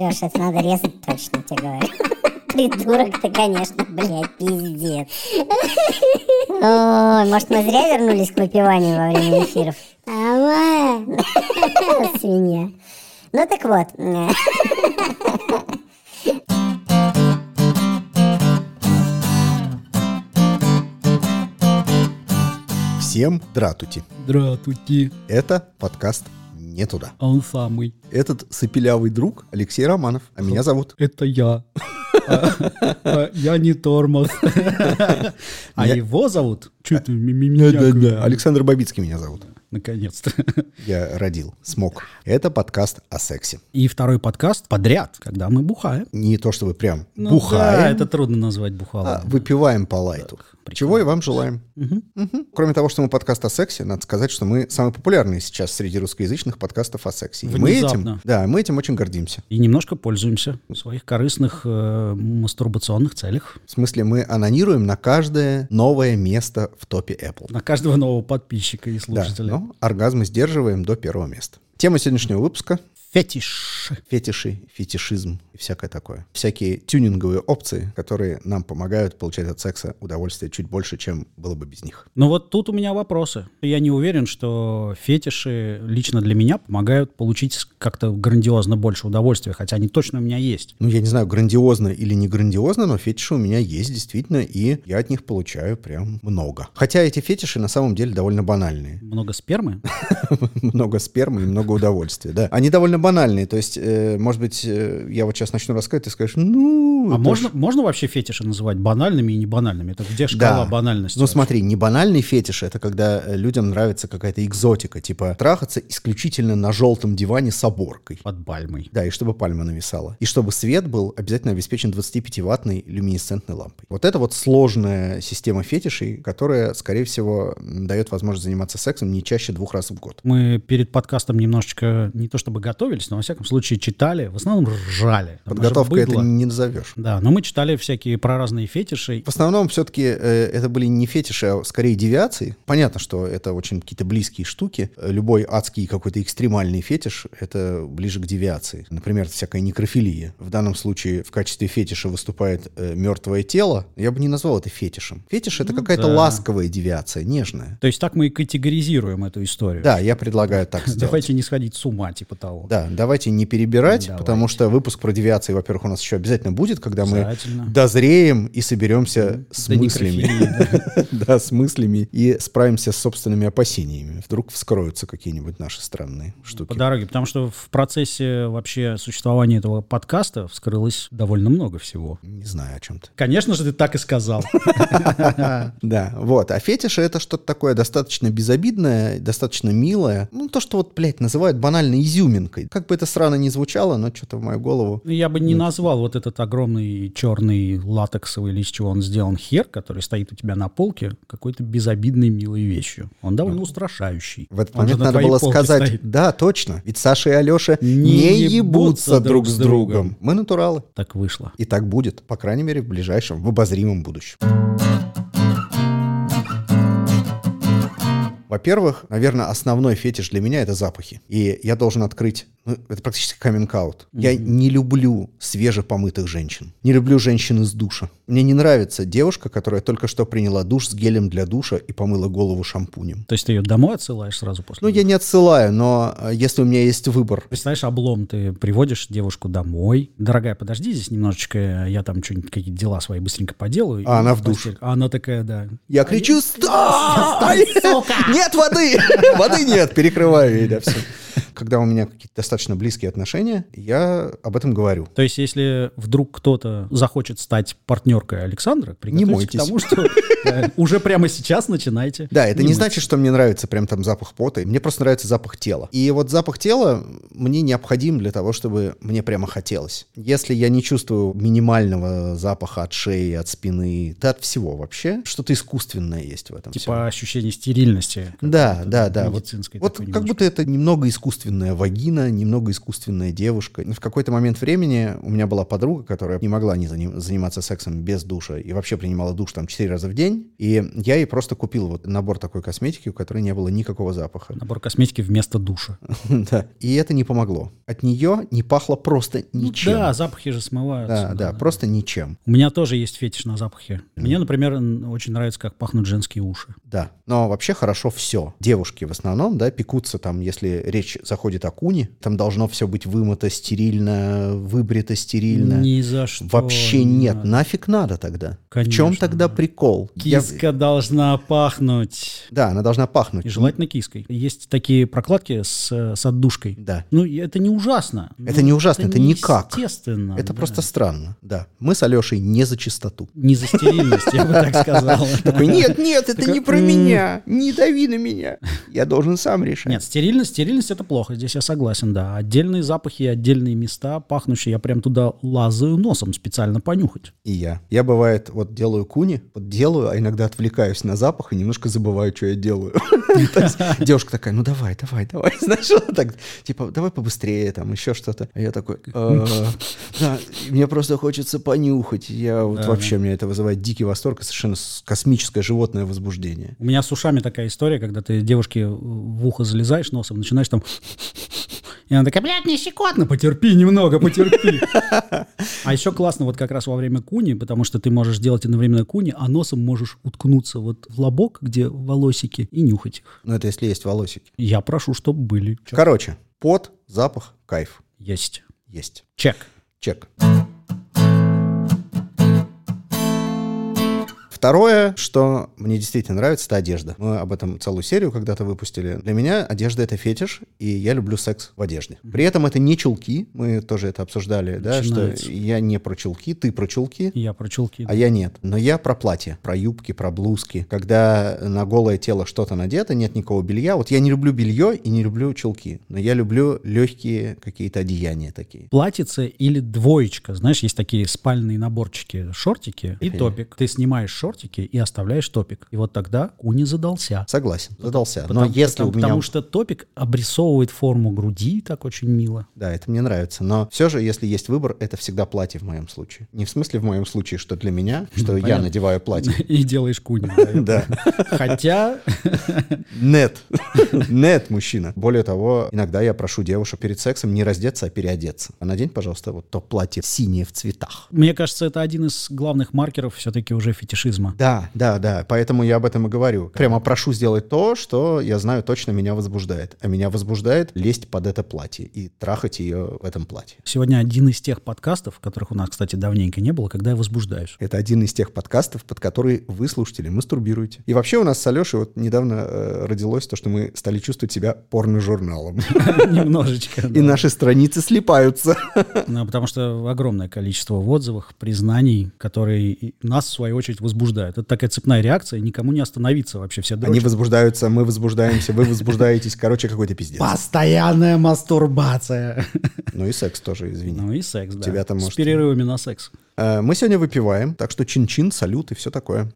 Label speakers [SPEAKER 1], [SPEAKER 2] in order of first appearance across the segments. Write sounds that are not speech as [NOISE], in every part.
[SPEAKER 1] Леша, это надо резать точно, тебе говорю. [LAUGHS] Придурок ты, конечно, блядь, пиздец. Ой, может, мы зря вернулись к выпиванию во время эфиров?
[SPEAKER 2] Ава.
[SPEAKER 1] [LAUGHS] Свинья. Ну так вот. э,
[SPEAKER 3] Всем дратути.
[SPEAKER 4] Дратути,
[SPEAKER 3] Это подкаст «Не туда».
[SPEAKER 4] он самый.
[SPEAKER 3] Этот сопелявый друг Алексей Романов, а меня зовут.
[SPEAKER 4] Это я. А, а, Я не тормоз. А
[SPEAKER 3] Я-
[SPEAKER 4] его зовут? Че ты ми- ми- меня говоришь?
[SPEAKER 3] Александр Бабицкий меня зовут.
[SPEAKER 4] Наконец-то.
[SPEAKER 3] Я родил, смог. Это подкаст о сексе.
[SPEAKER 4] И второй подкаст подряд, когда мы бухаем.
[SPEAKER 3] Не то чтобы прям
[SPEAKER 4] Ну да,
[SPEAKER 3] бухаем,
[SPEAKER 4] это трудно назвать
[SPEAKER 3] а
[SPEAKER 4] бухалом.
[SPEAKER 3] выпиваем по лайту.
[SPEAKER 4] прикольно.
[SPEAKER 3] Чего и вам желаем.
[SPEAKER 4] Мгм.
[SPEAKER 3] Мгм. Кроме того, что мы подкаст о сексе, надо сказать, что мы самые популярные сейчас среди русскоязычных подкастов о сексе. И мы
[SPEAKER 4] Внезапно.
[SPEAKER 3] этим, да, мы этим очень гордимся.
[SPEAKER 4] И немножко пользуемся в своих корыстных э, мастурбационных целях.
[SPEAKER 3] В смысле, мы анонируем на каждое новое место в топе Apple.
[SPEAKER 4] На каждого нового подписчика и
[SPEAKER 3] Да,
[SPEAKER 4] слушателя.
[SPEAKER 3] но оргазмы сдерживаем до первого места. Тема сегодняшнего выпуска
[SPEAKER 4] Фетиш.
[SPEAKER 3] — фетиши, фетишизм и всякое такое. Всякие тюнинговые опции, которые нам помогают получать от секса удовольствие чуть больше, чем было бы без них.
[SPEAKER 4] Ну вот тут у меня вопросы. Я не уверен, что фетиши лично для меня помогают получить как-то грандиозно больше удовольствия, хотя они точно у меня есть.
[SPEAKER 3] Ну, я не знаю, грандиозно или не грандиозно, но фетиши у меня есть действительно, и я от них получаю прям много. Хотя эти фетиши на самом деле довольно банальные. [LAUGHS]
[SPEAKER 4] Много спермы?
[SPEAKER 3] много спермы и много удовольствия, да. Они довольно банальные, то есть, э, может быть, э, я вот сейчас начну рассказывать, ты скажешь, ну...
[SPEAKER 4] А
[SPEAKER 3] это
[SPEAKER 4] можно, можно вообще фетиши называть банальными и небанальными? Это где шкала
[SPEAKER 3] Да.
[SPEAKER 4] банальности?
[SPEAKER 3] Ну смотри, не банальный фетиш, это когда э, людям нравится какая-то экзотика, типа трахаться исключительно на желтом диване с оборкой.
[SPEAKER 4] Под бальмой.
[SPEAKER 3] Да, и чтобы пальма нависала. И чтобы свет был обязательно обеспечен 25-ваттной люминесцентной лампой. Вот это вот сложная система фетишей, которая, скорее всего, м, дает возможность заниматься сексом не чаще двух раз в год.
[SPEAKER 4] Мы перед подкастом немножечко не то чтобы готовились, но во всяком случае читали, в основном ржали. Там даже
[SPEAKER 3] Подготовка это
[SPEAKER 4] быдло.
[SPEAKER 3] не назовешь.
[SPEAKER 4] Да, но мы читали всякие про разные фетиши.
[SPEAKER 3] В основном все-таки это были не фетиши, а скорее девиации. Понятно, что это очень какие-то близкие штуки. Э, Любой адский какой-то экстремальный фетиш — это ближе к девиации. Например, всякая некрофилия. В данном случае в качестве фетиша выступает мертвое тело. Я бы не назвал это фетишем. Фетиш — это
[SPEAKER 4] Ну
[SPEAKER 3] какая-то
[SPEAKER 4] да.
[SPEAKER 3] ласковая девиация, нежная.
[SPEAKER 4] То есть так мы и категоризируем эту историю.
[SPEAKER 3] Да, я предлагаю так сделать.
[SPEAKER 4] [LAUGHS] Давайте не сходить с ума, типа того.
[SPEAKER 3] Да, давайте не перебирать,
[SPEAKER 4] Давайте.
[SPEAKER 3] потому что выпуск про девиации, во-первых, у нас еще обязательно будет, когда мы
[SPEAKER 4] Обязательно.
[SPEAKER 3] дозреем и соберемся с
[SPEAKER 4] Да
[SPEAKER 3] мыслями.
[SPEAKER 4] некрофилии, да.
[SPEAKER 3] [LAUGHS] Да, с мыслями и справимся с собственными опасениями. Вдруг вскроются какие-нибудь наши странные
[SPEAKER 4] По
[SPEAKER 3] штуки.
[SPEAKER 4] дороге, потому что в процессе вообще существования этого подкаста вскрылось довольно много всего.
[SPEAKER 3] Не знаю о чем-то.
[SPEAKER 4] Конечно же, ты так и сказал.
[SPEAKER 3] Да, вот. А фетиши это что-то такое достаточно безобидное, достаточно милое. Ну, то, что вот, блядь, называют банальной изюминкой. Как бы это срано не звучало, но что-то в мою голову...
[SPEAKER 4] Ну, [LAUGHS] Я бы не назвал вот этот огромный черный латексовый или из чего он сделан хер, который стоит у тебя на полке, какой-то безобидной милой вещью. Он довольно устрашающий.
[SPEAKER 3] Ну. В этот
[SPEAKER 4] Он же
[SPEAKER 3] момент
[SPEAKER 4] на
[SPEAKER 3] надо
[SPEAKER 4] твоей
[SPEAKER 3] было
[SPEAKER 4] полке
[SPEAKER 3] сказать,
[SPEAKER 4] стоит.
[SPEAKER 3] да, точно, ведь Саша и Алеша не,
[SPEAKER 4] Не
[SPEAKER 3] ебутся
[SPEAKER 4] ебутся
[SPEAKER 3] друг
[SPEAKER 4] друг
[SPEAKER 3] с
[SPEAKER 4] с другом.
[SPEAKER 3] другом. Мы натуралы.
[SPEAKER 4] Так вышло.
[SPEAKER 3] И так будет, по крайней мере, в ближайшем, в обозримом будущем. Во-первых, наверное, основной фетиш для меня это запахи. И я должен открыть, ну, это практически каминг Я не люблю свежепомытых женщин. Не люблю женщин из душа. Мне не нравится девушка, которая только что приняла душ с гелем для душа и помыла голову шампунем.
[SPEAKER 4] То есть ты ее домой отсылаешь сразу после?
[SPEAKER 3] Ну, я не отсылаю, но э, если у меня есть выбор,
[SPEAKER 4] Представляешь, облом, ты приводишь девушку домой. Дорогая, подожди здесь немножечко, я там что-нибудь, какие-то дела свои быстренько поделаю.
[SPEAKER 3] А
[SPEAKER 4] И
[SPEAKER 3] она в
[SPEAKER 4] постель. А она такая, да.
[SPEAKER 3] Я кричу, стой! Нет воды! [LAUGHS] Воды нет! Перекрываю ей, да, все. Когда у меня какие-то достаточно близкие отношения, я об этом говорю.
[SPEAKER 4] То есть, если вдруг кто-то захочет стать партнеркой Александра, приготовьтесь
[SPEAKER 3] мойтесь.
[SPEAKER 4] к тому, что э, уже прямо сейчас начинаете.
[SPEAKER 3] Да, это не
[SPEAKER 4] мыть.
[SPEAKER 3] значит, что мне нравится прям там запах пота. Мне просто нравится запах тела. И вот запах тела мне необходим для того, чтобы мне прямо хотелось. Если я не чувствую минимального запаха от шеи, от спины, да от всего вообще, что-то искусственное есть в этом. всём.
[SPEAKER 4] Типа ощущение стерильности.
[SPEAKER 3] Да, да, да. Вот,
[SPEAKER 4] медицинской
[SPEAKER 3] вот
[SPEAKER 4] такой
[SPEAKER 3] как
[SPEAKER 4] немножко.
[SPEAKER 3] будто это немного искусственная вагина, немного искусственная девушка. В какой-то момент времени у меня была подруга, которая не могла не заним- заниматься сексом без душа и вообще принимала душ там 4 раза в день. И я ей просто купил вот набор такой косметики, у которой не было никакого запаха.
[SPEAKER 4] Набор косметики вместо душа.
[SPEAKER 3] А, [LAUGHS] Да. И это не помогло. От нее не пахло просто ничем.
[SPEAKER 4] Ну Да, запахи же смываются.
[SPEAKER 3] ну да, да, просто ничем.
[SPEAKER 4] У меня тоже есть фетиш на запахи. Мне, например, н- очень нравится, как пахнут женские уши.
[SPEAKER 3] Да, но вообще хорошо все. Девушки в основном, да, пекутся там, если речь заходит о куне, там должно все быть вымыто стерильно, выбрито стерильно.
[SPEAKER 4] Ни за что.
[SPEAKER 3] Вообще
[SPEAKER 4] не
[SPEAKER 3] нет,
[SPEAKER 4] надо.
[SPEAKER 3] нафиг надо тогда. В
[SPEAKER 4] Конечно,
[SPEAKER 3] чем тогда
[SPEAKER 4] да.
[SPEAKER 3] прикол? Я-
[SPEAKER 4] Киска должна пахнуть.
[SPEAKER 3] Да, она должна пахнуть.
[SPEAKER 4] И желательно киской. Есть такие прокладки с, э, с отдушкой.
[SPEAKER 3] Да.
[SPEAKER 4] Ну, и это не ужасно.
[SPEAKER 3] Это
[SPEAKER 4] Ну,
[SPEAKER 3] не ужасно, это никак.
[SPEAKER 4] Естественно.
[SPEAKER 3] Это
[SPEAKER 4] да.
[SPEAKER 3] просто странно. Да. Мы с Алешей не за чистоту.
[SPEAKER 4] Не за стерильность, я
[SPEAKER 3] [LAUGHS]
[SPEAKER 4] бы так сказал.
[SPEAKER 3] Такой,
[SPEAKER 4] [LAUGHS]
[SPEAKER 3] нет, нет, это
[SPEAKER 4] Такой,
[SPEAKER 3] не про
[SPEAKER 4] «М».
[SPEAKER 3] меня. Не дави на меня. Я должен сам решать.
[SPEAKER 4] Нет, стерильность, стерильность это плохо, здесь я согласен, да. Отдельные запахи, отдельные места, пахнущие, я прям туда лазаю носом специально понюхать.
[SPEAKER 3] И я. Я, бывает, вот делаю куни, вот делаю, а иногда отвлекаюсь на запах и немножко забываю, что я делаю. [LAUGHS] То есть Девушка такая, ну давай, давай, давай. [LAUGHS] Знаешь, вот так, типа, давай побыстрее, там, еще что-то. А я такой, «Э, да, мне просто хочется понюхать. Я вот
[SPEAKER 4] Да,
[SPEAKER 3] вообще, мне это вызывает дикий восторг и совершенно с- космическое животное возбуждение.
[SPEAKER 4] У меня с ушами такая история, когда ты девушке в ухо залезаешь носом, начинаешь там... И она такая, блядь, мне щекотно, потерпи немного, потерпи. А еще классно вот как раз во время куни, потому что ты можешь делать одновременно куни, а носом можешь уткнуться вот в лобок, где волосики, и нюхать их.
[SPEAKER 3] Ну, это если есть волосики.
[SPEAKER 4] Я прошу, чтобы были. Чё?
[SPEAKER 3] Короче, пот, запах, кайф.
[SPEAKER 4] Есть.
[SPEAKER 3] Есть.
[SPEAKER 4] Чек.
[SPEAKER 3] Чек. Второе, что мне действительно нравится, это одежда. Мы об этом целую серию когда-то выпустили. Для меня одежда — это фетиш, и я люблю секс в одежде. При этом это не чулки, мы тоже это обсуждали, да, что
[SPEAKER 4] Начинается.
[SPEAKER 3] я не про чулки, ты про чулки.
[SPEAKER 4] Я про чулки.
[SPEAKER 3] А я нет. Но я про платье, про юбки, про блузки. Когда на голое тело что-то надето, нет никакого белья. Вот я не люблю белье и не люблю чулки. Но я люблю легкие какие-то одеяния такие.
[SPEAKER 4] платьице или двоечка. Знаешь, есть такие спальные наборчики, шортики и
[SPEAKER 3] Мгм.
[SPEAKER 4] топик. Ты снимаешь шортики и оставляешь топик. И вот тогда куни задался.
[SPEAKER 3] Согласен, задался. Но
[SPEAKER 4] Потому-
[SPEAKER 3] если
[SPEAKER 4] потому,
[SPEAKER 3] у меня...
[SPEAKER 4] потому что топик обрисовывает форму груди так очень мило.
[SPEAKER 3] [LAUGHS] Да, это мне нравится. Но все же, если есть выбор, это всегда платье в моем случае. Не в смысле в моем случае, что для
[SPEAKER 4] [LAUGHS]
[SPEAKER 3] меня, что я
[SPEAKER 4] понятно.
[SPEAKER 3] надеваю
[SPEAKER 4] [LAUGHS]
[SPEAKER 3] платье. [LAUGHS]
[SPEAKER 4] И делаешь куни.
[SPEAKER 3] Да.
[SPEAKER 4] Хотя
[SPEAKER 3] Нет. [LAUGHS] Нет, мужчина. Более того, иногда я прошу девушек перед сексом не раздеться, а переодеться. А надень, пожалуйста, вот то платье синее в цветах.
[SPEAKER 4] мне кажется, это один из главных маркеров все-таки уже фетишизма.
[SPEAKER 3] Да, да, да. Поэтому я об этом и говорю. Прямо прошу сделать то, что я знаю точно меня возбуждает. А меня возбуждает лезть под это платье и трахать ее в этом платье.
[SPEAKER 4] Сегодня один из тех подкастов, которых у нас, кстати, давненько не было, когда я возбуждаюсь.
[SPEAKER 3] [LAUGHS] Это один из тех подкастов, под который вы, слушатели, мастурбируете. И вообще у нас с Алешей вот недавно э, родилось то, что мы стали чувствовать себя порно-журналом. [LAUGHS]
[SPEAKER 4] Немножечко.
[SPEAKER 3] И
[SPEAKER 4] да.
[SPEAKER 3] наши страницы слипаются.
[SPEAKER 4] Ну, потому что огромное количество в отзывах, признаний, которые и нас, в свою очередь, возбуждают. Это такая цепная реакция, никому не остановиться вообще.
[SPEAKER 3] [LAUGHS]
[SPEAKER 4] Все
[SPEAKER 3] Они
[SPEAKER 4] дрочат.
[SPEAKER 3] возбуждаются, мы возбуждаемся, вы возбуждаетесь. Короче, какой-то пиздец.
[SPEAKER 4] Постоянная мастурбация.
[SPEAKER 3] Ну и секс тоже, извини.
[SPEAKER 4] Ну и секс, да.
[SPEAKER 3] Тебя там,
[SPEAKER 4] С
[SPEAKER 3] может,
[SPEAKER 4] перерывами на секс.
[SPEAKER 3] Э, Мы сегодня выпиваем, так что чин-чин, салют и все такое.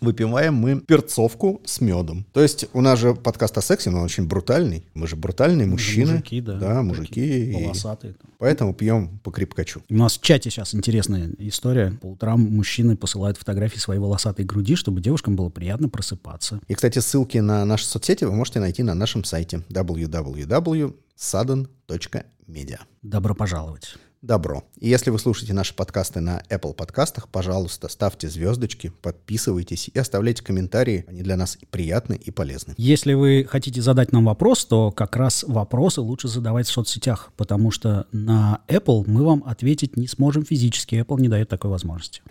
[SPEAKER 3] Выпиваем мы перцовку с медом. То есть у нас же подкаст о сексе, но он очень брутальный. Мы же брутальные мужчины.
[SPEAKER 4] Мужики, да.
[SPEAKER 3] Да, Ну, мужики.
[SPEAKER 4] Такие
[SPEAKER 3] и
[SPEAKER 4] Волосатые.
[SPEAKER 3] Поэтому пьем по крепкачу.
[SPEAKER 4] У нас в чате сейчас интересная история. По утрам мужчины посылают фотографии своей волосатой груди, чтобы девушкам было приятно просыпаться.
[SPEAKER 3] И, кстати, ссылки на наши соцсети вы можете найти на нашем сайте www.sudden.media.
[SPEAKER 4] Добро пожаловать.
[SPEAKER 3] Добро. И если вы слушаете наши подкасты на Apple подкастах, пожалуйста, ставьте звездочки, подписывайтесь и оставляйте комментарии. Они для нас и приятны и полезны.
[SPEAKER 4] Если вы хотите задать нам вопрос, то как раз вопросы лучше задавать в соцсетях, потому что на Apple мы вам ответить не сможем физически. Apple не дает такой возможности.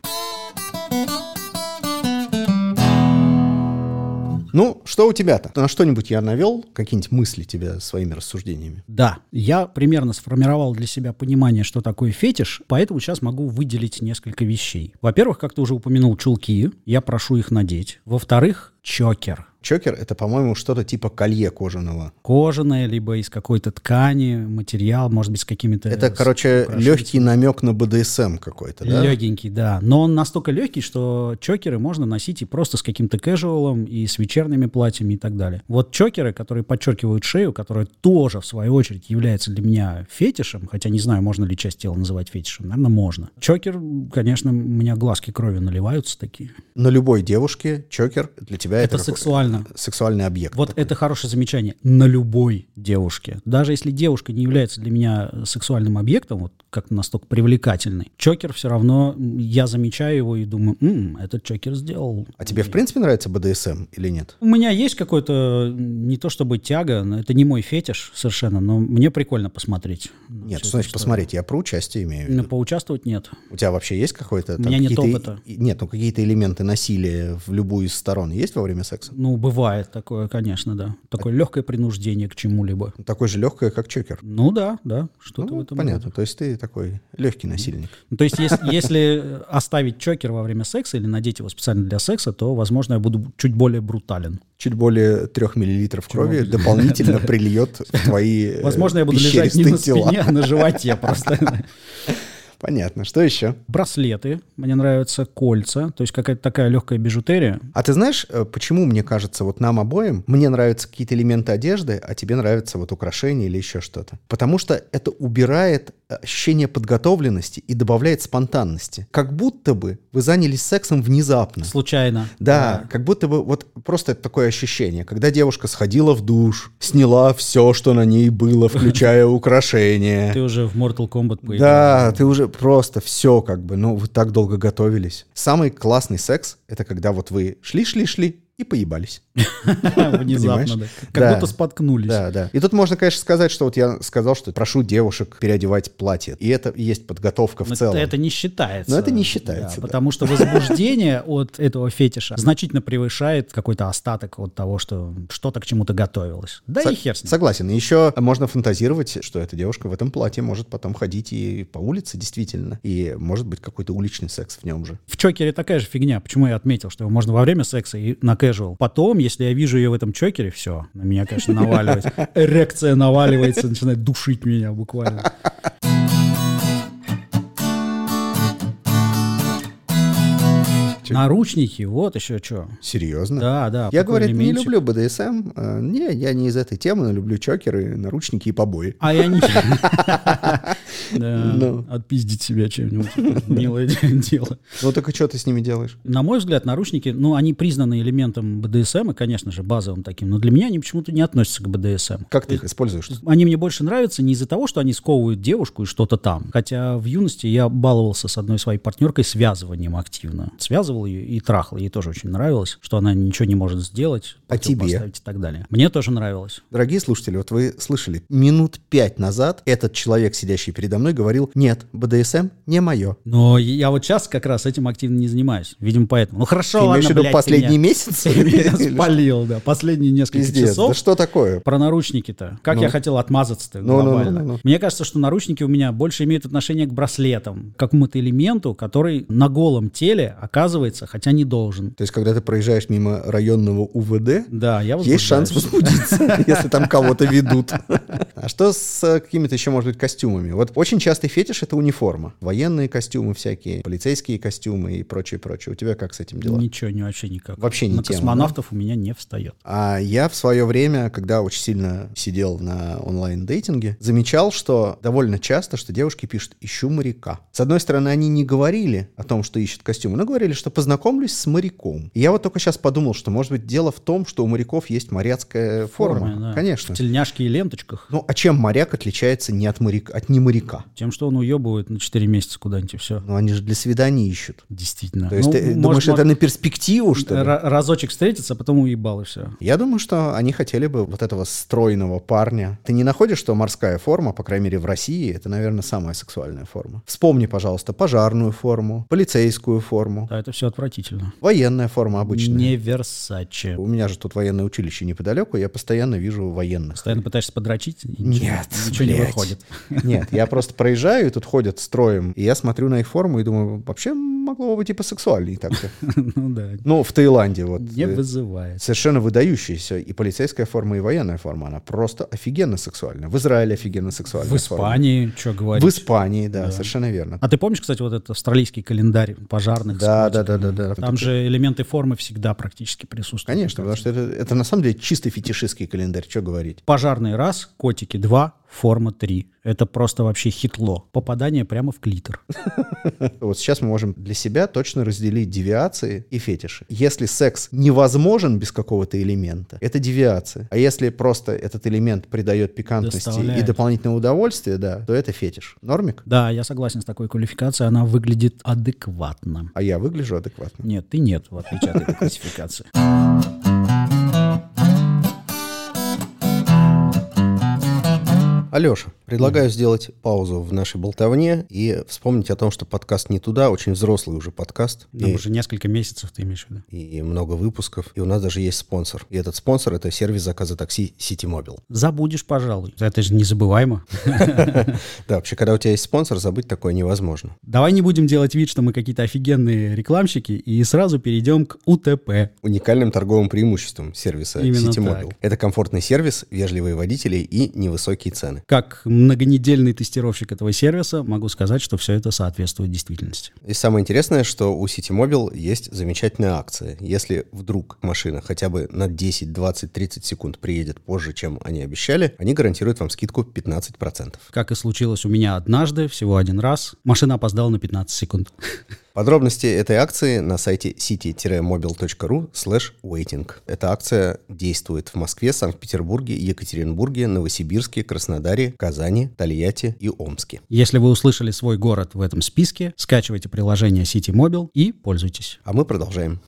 [SPEAKER 3] Ну, что у тебя-то? На что-нибудь я навел? Какие-нибудь мысли тебя своими рассуждениями?
[SPEAKER 4] Да, я примерно сформировал для себя понимание, что такое фетиш, поэтому сейчас могу выделить несколько вещей. Во-первых, как ты уже упомянул, чулки, я прошу их надеть. Во-вторых, чокер.
[SPEAKER 3] Чокер — это, по-моему, что-то типа колье кожаного.
[SPEAKER 4] Кожаное, либо из какой-то ткани, материал, может быть, с какими-то...
[SPEAKER 3] Это, короче, легкий намек на БДСМ эм какой-то, Типа, да?
[SPEAKER 4] Легенький, да. Но он настолько легкий, что чокеры можно носить и просто с каким-то кэжуалом, и с вечерними платьями и так далее. Вот чокеры, которые подчеркивают шею, которая тоже, в свою очередь, является для меня фетишем, хотя не знаю, можно ли часть тела называть фетишем, наверное, можно. Чокер, конечно, у меня глазки крови наливаются такие.
[SPEAKER 3] На любой девушке чокер для тебя это,
[SPEAKER 4] Это
[SPEAKER 3] какой-
[SPEAKER 4] сексуально.
[SPEAKER 3] сексуальный объект.
[SPEAKER 4] Вот это хорошее замечание. На любой девушке. Даже если девушка не является для меня сексуальным объектом, вот как настолько привлекательной, чокер все равно, м, я замечаю его и думаю, «М, этот чокер сделал.
[SPEAKER 3] А тебе, в принципе, нравится БДСМ или нет?
[SPEAKER 4] У меня есть какой-то, м, не то чтобы тяга, но это не мой фетиш совершенно, но мне прикольно посмотреть. на
[SPEAKER 3] Нет,
[SPEAKER 4] всю
[SPEAKER 3] что значит
[SPEAKER 4] эту историю.
[SPEAKER 3] посмотреть? Я про участие имею в
[SPEAKER 4] Ну,
[SPEAKER 3] виду.
[SPEAKER 4] Поучаствовать нет.
[SPEAKER 3] У тебя вообще есть какой-то...
[SPEAKER 4] У меня нет
[SPEAKER 3] какие-то-
[SPEAKER 4] опыта.
[SPEAKER 3] и- Нет, ну какие-то элементы насилия в любую из сторон есть во время секса?
[SPEAKER 4] Ну, бывает такое, конечно, да. Такое легкое принуждение к чему-либо.
[SPEAKER 3] Такое Ну, же легкое, как чокер.
[SPEAKER 4] Ну да, да, что-то
[SPEAKER 3] Ну,
[SPEAKER 4] в этом роде.
[SPEAKER 3] понятно. То есть ты такой легкий насильник.
[SPEAKER 4] Ну, То есть, ес- если оставить чокер во время секса или надеть его специально для секса, то, возможно, я буду чуть более брутален.
[SPEAKER 3] Чуть более трех миллилитров крови
[SPEAKER 4] [LAUGHS]
[SPEAKER 3] дополнительно прильет в твои э,
[SPEAKER 4] Возможно, я буду лежать не
[SPEAKER 3] пещеристые
[SPEAKER 4] на
[SPEAKER 3] тела.
[SPEAKER 4] спине, а на животе просто.
[SPEAKER 3] [LAUGHS] Понятно. Что еще?
[SPEAKER 4] Браслеты мне нравятся, кольца, то есть какая-то такая легкая бижутерия.
[SPEAKER 3] А ты знаешь, э, почему, мне кажется, вот нам обоим, мне нравятся какие-то элементы одежды, а тебе нравятся вот украшения или еще что-то? Потому что это убирает ощущение подготовленности и добавляет спонтанности. Как будто бы вы занялись сексом внезапно.
[SPEAKER 4] Случайно.
[SPEAKER 3] Да, как будто бы вот просто это такое ощущение, когда девушка сходила в душ, сняла все, что на ней было, включая [LAUGHS] украшения.
[SPEAKER 4] Ты уже в Mortal Kombat появился.
[SPEAKER 3] Да, ты уже просто все как бы, ну вы так долго готовились. Самый классный секс это когда вот вы шли, шли, шли и поебались.
[SPEAKER 4] [LAUGHS] Внезапно, да.
[SPEAKER 3] Понимаешь?
[SPEAKER 4] Как
[SPEAKER 3] Да.
[SPEAKER 4] будто споткнулись.
[SPEAKER 3] Да, да. И тут можно, конечно, сказать, что вот я сказал, что прошу девушек переодевать платье. И это и есть подготовка в
[SPEAKER 4] Но
[SPEAKER 3] целом.
[SPEAKER 4] Ну, Это не считается.
[SPEAKER 3] Но это не
[SPEAKER 4] Да,
[SPEAKER 3] считается, да.
[SPEAKER 4] Потому что возбуждение от этого фетиша значительно превышает какой-то остаток от того, что что-то к чему-то готовилось. Да
[SPEAKER 3] Со-
[SPEAKER 4] и хер с ним.
[SPEAKER 3] Согласен. Еще можно фантазировать, что эта девушка в этом платье может потом ходить и по улице, действительно. И может быть какой-то уличный секс в нем же.
[SPEAKER 4] В чокере такая же фигня. Почему я отметил, что его можно во время секса и на casual. Потом, если я вижу ее в этом чокере, все, на меня, конечно, наваливается. Эрекция наваливается, начинает душить меня буквально.
[SPEAKER 3] Чё?
[SPEAKER 4] Наручники, вот еще что.
[SPEAKER 3] Серьезно?
[SPEAKER 4] Да, да.
[SPEAKER 3] Я,
[SPEAKER 4] такой
[SPEAKER 3] говорит, не
[SPEAKER 4] элементик.
[SPEAKER 3] люблю БДСМ. Э, Не, я не из этой темы, но люблю чокеры, наручники и побои.
[SPEAKER 4] А я не...
[SPEAKER 3] [LAUGHS] Ну.
[SPEAKER 4] Да, Отпиздить
[SPEAKER 3] [LAUGHS]
[SPEAKER 4] себя чем-нибудь. Милое дело.
[SPEAKER 3] Ну так и что ты с ними делаешь?
[SPEAKER 4] На мой взгляд, наручники, ну, они признаны элементом БДСМ, и, конечно же, базовым таким, но для меня они почему-то не относятся к БДСМ.
[SPEAKER 3] Как ты их используешь?
[SPEAKER 4] Они мне больше нравятся не из-за того, что они сковывают девушку и что-то там. Хотя в юности я баловался с одной своей партнеркой связыванием активно. Связывал ее и трахал. Ей тоже очень нравилось, что она ничего не может сделать.
[SPEAKER 3] А тебе?
[SPEAKER 4] противопоставить И так далее. Мне тоже нравилось.
[SPEAKER 3] Дорогие слушатели, вот вы слышали, минут пять назад этот человек, сидящий передо мной, говорил, нет, БДСМ не мое.
[SPEAKER 4] Но я вот сейчас как раз этим активно не занимаюсь. Видимо, поэтому. Ну
[SPEAKER 3] Ты
[SPEAKER 4] хорошо,
[SPEAKER 3] имеешь в
[SPEAKER 4] ладно,
[SPEAKER 3] виду
[SPEAKER 4] блядь, ты
[SPEAKER 3] последний
[SPEAKER 4] меня-
[SPEAKER 3] месяц?
[SPEAKER 4] [LAUGHS] ты меня
[SPEAKER 3] Или
[SPEAKER 4] спалил, да, последние
[SPEAKER 3] что?
[SPEAKER 4] несколько
[SPEAKER 3] Пиздец, да
[SPEAKER 4] часов.
[SPEAKER 3] что такое?
[SPEAKER 4] Про наручники-то. Как
[SPEAKER 3] Ну.
[SPEAKER 4] я хотел отмазаться-то
[SPEAKER 3] Ну, ну, ну,
[SPEAKER 4] глобально.
[SPEAKER 3] ну, ну.
[SPEAKER 4] Мне кажется, что наручники у меня больше имеют отношение к браслетам, к какому-то элементу, который на голом теле оказывается, хотя не должен.
[SPEAKER 3] То есть, когда ты проезжаешь мимо районного УВД,
[SPEAKER 4] Да, я
[SPEAKER 3] есть
[SPEAKER 4] возбуждаюсь.
[SPEAKER 3] шанс
[SPEAKER 4] [LAUGHS]
[SPEAKER 3] возбудиться, если там кого-то ведут. А что с э, какими-то еще, может быть, костюмами? Вот очень частый фетиш — это униформа. Военные костюмы всякие, полицейские костюмы и прочее, прочее. У тебя как с этим дела?
[SPEAKER 4] Ничего, не, вообще никак.
[SPEAKER 3] Вообще не
[SPEAKER 4] На
[SPEAKER 3] тема,
[SPEAKER 4] космонавтов у меня не встает.
[SPEAKER 3] А я в свое время, когда очень сильно сидел на онлайн-дейтинге, замечал, что довольно часто, что девушки пишут «ищу моряка». С одной стороны, они не говорили о том, что ищут костюмы, но говорили, что познакомлюсь с моряком. И я вот только сейчас подумал, что, может быть, дело в том, что у моряков есть моряцкая форма.
[SPEAKER 4] Форме, да.
[SPEAKER 3] Конечно.
[SPEAKER 4] В тельняшке и ленточках.
[SPEAKER 3] Ну, а чем моряк отличается не от, моряка, от не моряка?
[SPEAKER 4] Тем, что он уебывает на 4 месяца куда-нибудь и все.
[SPEAKER 3] Ну, они же для свиданий ищут.
[SPEAKER 4] Действительно.
[SPEAKER 3] То есть
[SPEAKER 4] Ну,
[SPEAKER 3] ты
[SPEAKER 4] может,
[SPEAKER 3] думаешь,
[SPEAKER 4] мог-
[SPEAKER 3] это на перспективу, что ли?
[SPEAKER 4] ра- разочек встретиться, а потом уебал и все.
[SPEAKER 3] Я думаю, что они хотели бы вот этого стройного парня. Ты не находишь, что морская форма, по крайней мере в России, это, наверное, самая сексуальная форма? Вспомни, пожалуйста, пожарную форму, полицейскую форму,
[SPEAKER 4] Да, это все отвратительно.
[SPEAKER 3] военная форма обычная.
[SPEAKER 4] Не Версаче.
[SPEAKER 3] У меня же тут военное училище неподалеку, я постоянно вижу военных.
[SPEAKER 4] Постоянно пытаешься подрочить, и ничего,
[SPEAKER 3] Нет,
[SPEAKER 4] ничего не
[SPEAKER 3] блядь.
[SPEAKER 4] выходит. [LAUGHS]
[SPEAKER 3] Нет, я просто проезжаю, и тут ходят строем, и я смотрю на их форму и думаю, вообще могло быть и посексуальнее так-то.
[SPEAKER 4] [LAUGHS] Ну да.
[SPEAKER 3] Ну, в Таиланде вот.
[SPEAKER 4] Не
[SPEAKER 3] э,
[SPEAKER 4] вызывает.
[SPEAKER 3] Совершенно выдающаяся и полицейская форма, и военная форма. Она просто офигенно сексуальна. В Израиле офигенно сексуальная
[SPEAKER 4] В
[SPEAKER 3] форма.
[SPEAKER 4] Испании, что
[SPEAKER 3] В
[SPEAKER 4] говорить.
[SPEAKER 3] Испании, да, совершенно верно.
[SPEAKER 4] А ты помнишь, кстати, вот этот австралийский календарь пожарных? с
[SPEAKER 3] Да, да,
[SPEAKER 4] котиками?
[SPEAKER 3] да, да, да.
[SPEAKER 4] Там же элементы формы всегда практически присутствуют.
[SPEAKER 3] Конечно, потому что это, это на самом деле чисто фетишистский календарь, что говорить. [LAUGHS]
[SPEAKER 4] Пожарный раз, котики два, форма три. Это просто вообще хитло. Попадание прямо
[SPEAKER 3] [LAUGHS]
[SPEAKER 4] в клитор.
[SPEAKER 3] Вот сейчас мы можем для себя точно разделить девиации и фетиши. Если секс невозможен без какого-то элемента, это девиация. А если просто этот элемент придает пикантности и
[SPEAKER 4] Доставляет.
[SPEAKER 3] дополнительного удовольствия, да, то это фетиш. Нормик?
[SPEAKER 4] Да, я согласен с такой квалификацией, она выглядит адекватно.
[SPEAKER 3] А я выгляжу адекватно.
[SPEAKER 4] Нет, ты нет, в отличие от
[SPEAKER 3] [LAUGHS]
[SPEAKER 4] этой классификации.
[SPEAKER 2] Алеша, предлагаю сделать паузу в нашей болтовне и вспомнить о том, что подкаст не туда, очень взрослый уже подкаст.
[SPEAKER 4] Там
[SPEAKER 2] И,
[SPEAKER 4] уже несколько месяцев ты имеешь в виду.
[SPEAKER 2] и много выпусков. И у нас даже есть спонсор. И этот спонсор это сервис заказа такси Ситимобил.
[SPEAKER 4] Забудешь, пожалуй. Это же незабываемо.
[SPEAKER 2] Да, вообще, когда у тебя есть спонсор, забыть такое невозможно.
[SPEAKER 4] Давай не будем делать вид, что мы какие-то офигенные рекламщики, и сразу перейдем к УТП.
[SPEAKER 2] Уникальным торговым преимуществом сервиса
[SPEAKER 4] Именно
[SPEAKER 2] Ситимобил.
[SPEAKER 4] так.
[SPEAKER 2] Это комфортный сервис, вежливые водители и невысокие цены.
[SPEAKER 4] Как многонедельный тестировщик этого сервиса могу сказать, что все это соответствует действительности.
[SPEAKER 2] И самое интересное, что у Ситимобил есть замечательная акция. Если вдруг машина хотя бы на 10, 20, 30 секунд приедет позже, чем они обещали, они гарантируют вам скидку 15%.
[SPEAKER 4] Как и случилось у меня однажды, всего один раз, машина опоздала на 15 секунд. [LAUGHS]
[SPEAKER 2] Подробности этой акции на сайте city-mobil.ru slash waiting. Эта акция действует в Москве, Санкт-Петербурге, Екатеринбурге, Новосибирске, Краснодаре, Казани, Тольятти и Омске.
[SPEAKER 4] Если вы услышали свой город в этом списке, скачивайте приложение City Mobile и пользуйтесь.
[SPEAKER 2] А мы продолжаем.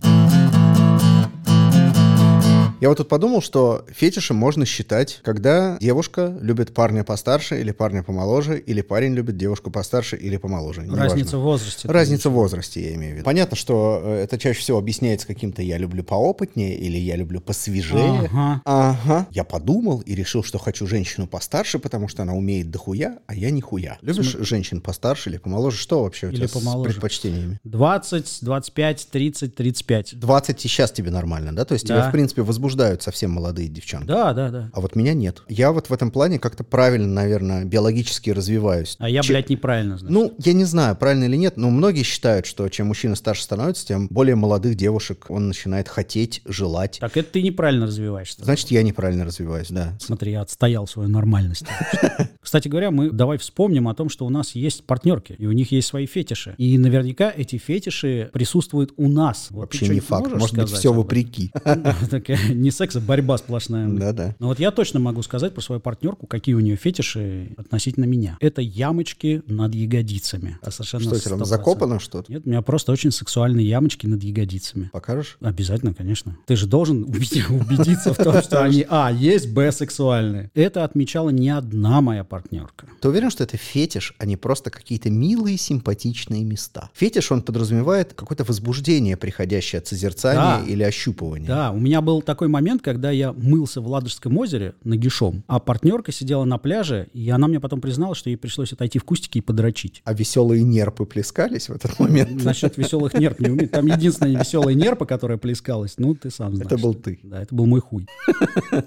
[SPEAKER 3] Я вот тут подумал, что фетишем можно считать, когда девушка любит парня постарше или парня помоложе, или парень любит девушку постарше или помоложе. неважно.
[SPEAKER 4] Разница в возрасте.
[SPEAKER 3] Ну, Разница в возрасте, я имею в виду. Понятно, что э, это чаще всего объясняется каким-то «я люблю поопытнее» или «я люблю посвежее».
[SPEAKER 4] Ага.
[SPEAKER 3] Ага. Я подумал и решил, что хочу женщину постарше, потому что она умеет дохуя, а я нихуя. Любишь женщин постарше или помоложе? Что вообще у
[SPEAKER 4] Или
[SPEAKER 3] тебя
[SPEAKER 4] помоложе.
[SPEAKER 3] с предпочтениями?
[SPEAKER 4] 20, 25, 30, 35.
[SPEAKER 3] 20 сейчас тебе нормально, да? То есть тебя,
[SPEAKER 4] Да.
[SPEAKER 3] в принципе, возбуждают совсем молодые девчонки.
[SPEAKER 4] Да, да, да.
[SPEAKER 3] А вот меня нет. Я вот в этом плане как-то правильно, наверное, биологически развиваюсь.
[SPEAKER 4] А я,
[SPEAKER 3] Че-
[SPEAKER 4] блядь, неправильно знаю.
[SPEAKER 3] Ну, я не знаю, правильно или нет, но многие считают, что чем мужчина старше становится, тем более молодых девушек он начинает хотеть, желать.
[SPEAKER 4] Так ну это ты неправильно развиваешься.
[SPEAKER 3] Значит, я неправильно развиваюсь, да.
[SPEAKER 4] Смотри, я отстоял свою нормальность.
[SPEAKER 3] [LAUGHS]
[SPEAKER 4] Кстати говоря, мы давай вспомним о том, что у нас есть партнерки, и у них есть свои фетиши. И наверняка эти фетиши присутствуют у нас. Вот ты
[SPEAKER 3] Вообще не
[SPEAKER 4] что-нибудь
[SPEAKER 3] факт.
[SPEAKER 4] можешь
[SPEAKER 3] Может быть,
[SPEAKER 4] сказать
[SPEAKER 3] все
[SPEAKER 4] об этом? [LAUGHS]
[SPEAKER 3] вопреки.
[SPEAKER 4] Такая не секс, а борьба
[SPEAKER 3] [LAUGHS]
[SPEAKER 4] сплошная.
[SPEAKER 3] Да-да.
[SPEAKER 4] Но вот я точно могу сказать про свою партнерку, какие у нее фетиши относительно меня. Это ямочки над ягодицами. А совершенно
[SPEAKER 3] Что тебе там
[SPEAKER 4] 100%.
[SPEAKER 3] закопано что-то?
[SPEAKER 4] Нет, у меня просто очень сексуальные ямочки над ягодицами.
[SPEAKER 3] Покажешь?
[SPEAKER 4] Обязательно, конечно. Ты же должен убеди- [LAUGHS] убедиться в том, что они, а, есть, б, сексуальные. Это отмечала не одна моя партнерка.
[SPEAKER 3] Ты уверен, что это фетиш, а не просто какие-то милые, симпатичные места? Фетиш, он подразумевает какое-то возбуждение, приходящее от созерцания
[SPEAKER 4] Да.
[SPEAKER 3] или ощупывания.
[SPEAKER 4] Да, у меня был такой момент, когда я мылся в Ладожском озере нагишом, а партнерка сидела на пляже, и она мне потом призналась, что ей пришлось отойти в кустики и подрочить.
[SPEAKER 3] А веселые нерпы плескались в этот момент?
[SPEAKER 4] Насчет веселых нерп не умею. Там единственная веселая нерпа, которая плескалась, ну, ты сам знаешь.
[SPEAKER 3] Это был ты. [LAUGHS]
[SPEAKER 4] Да, это был мой хуй.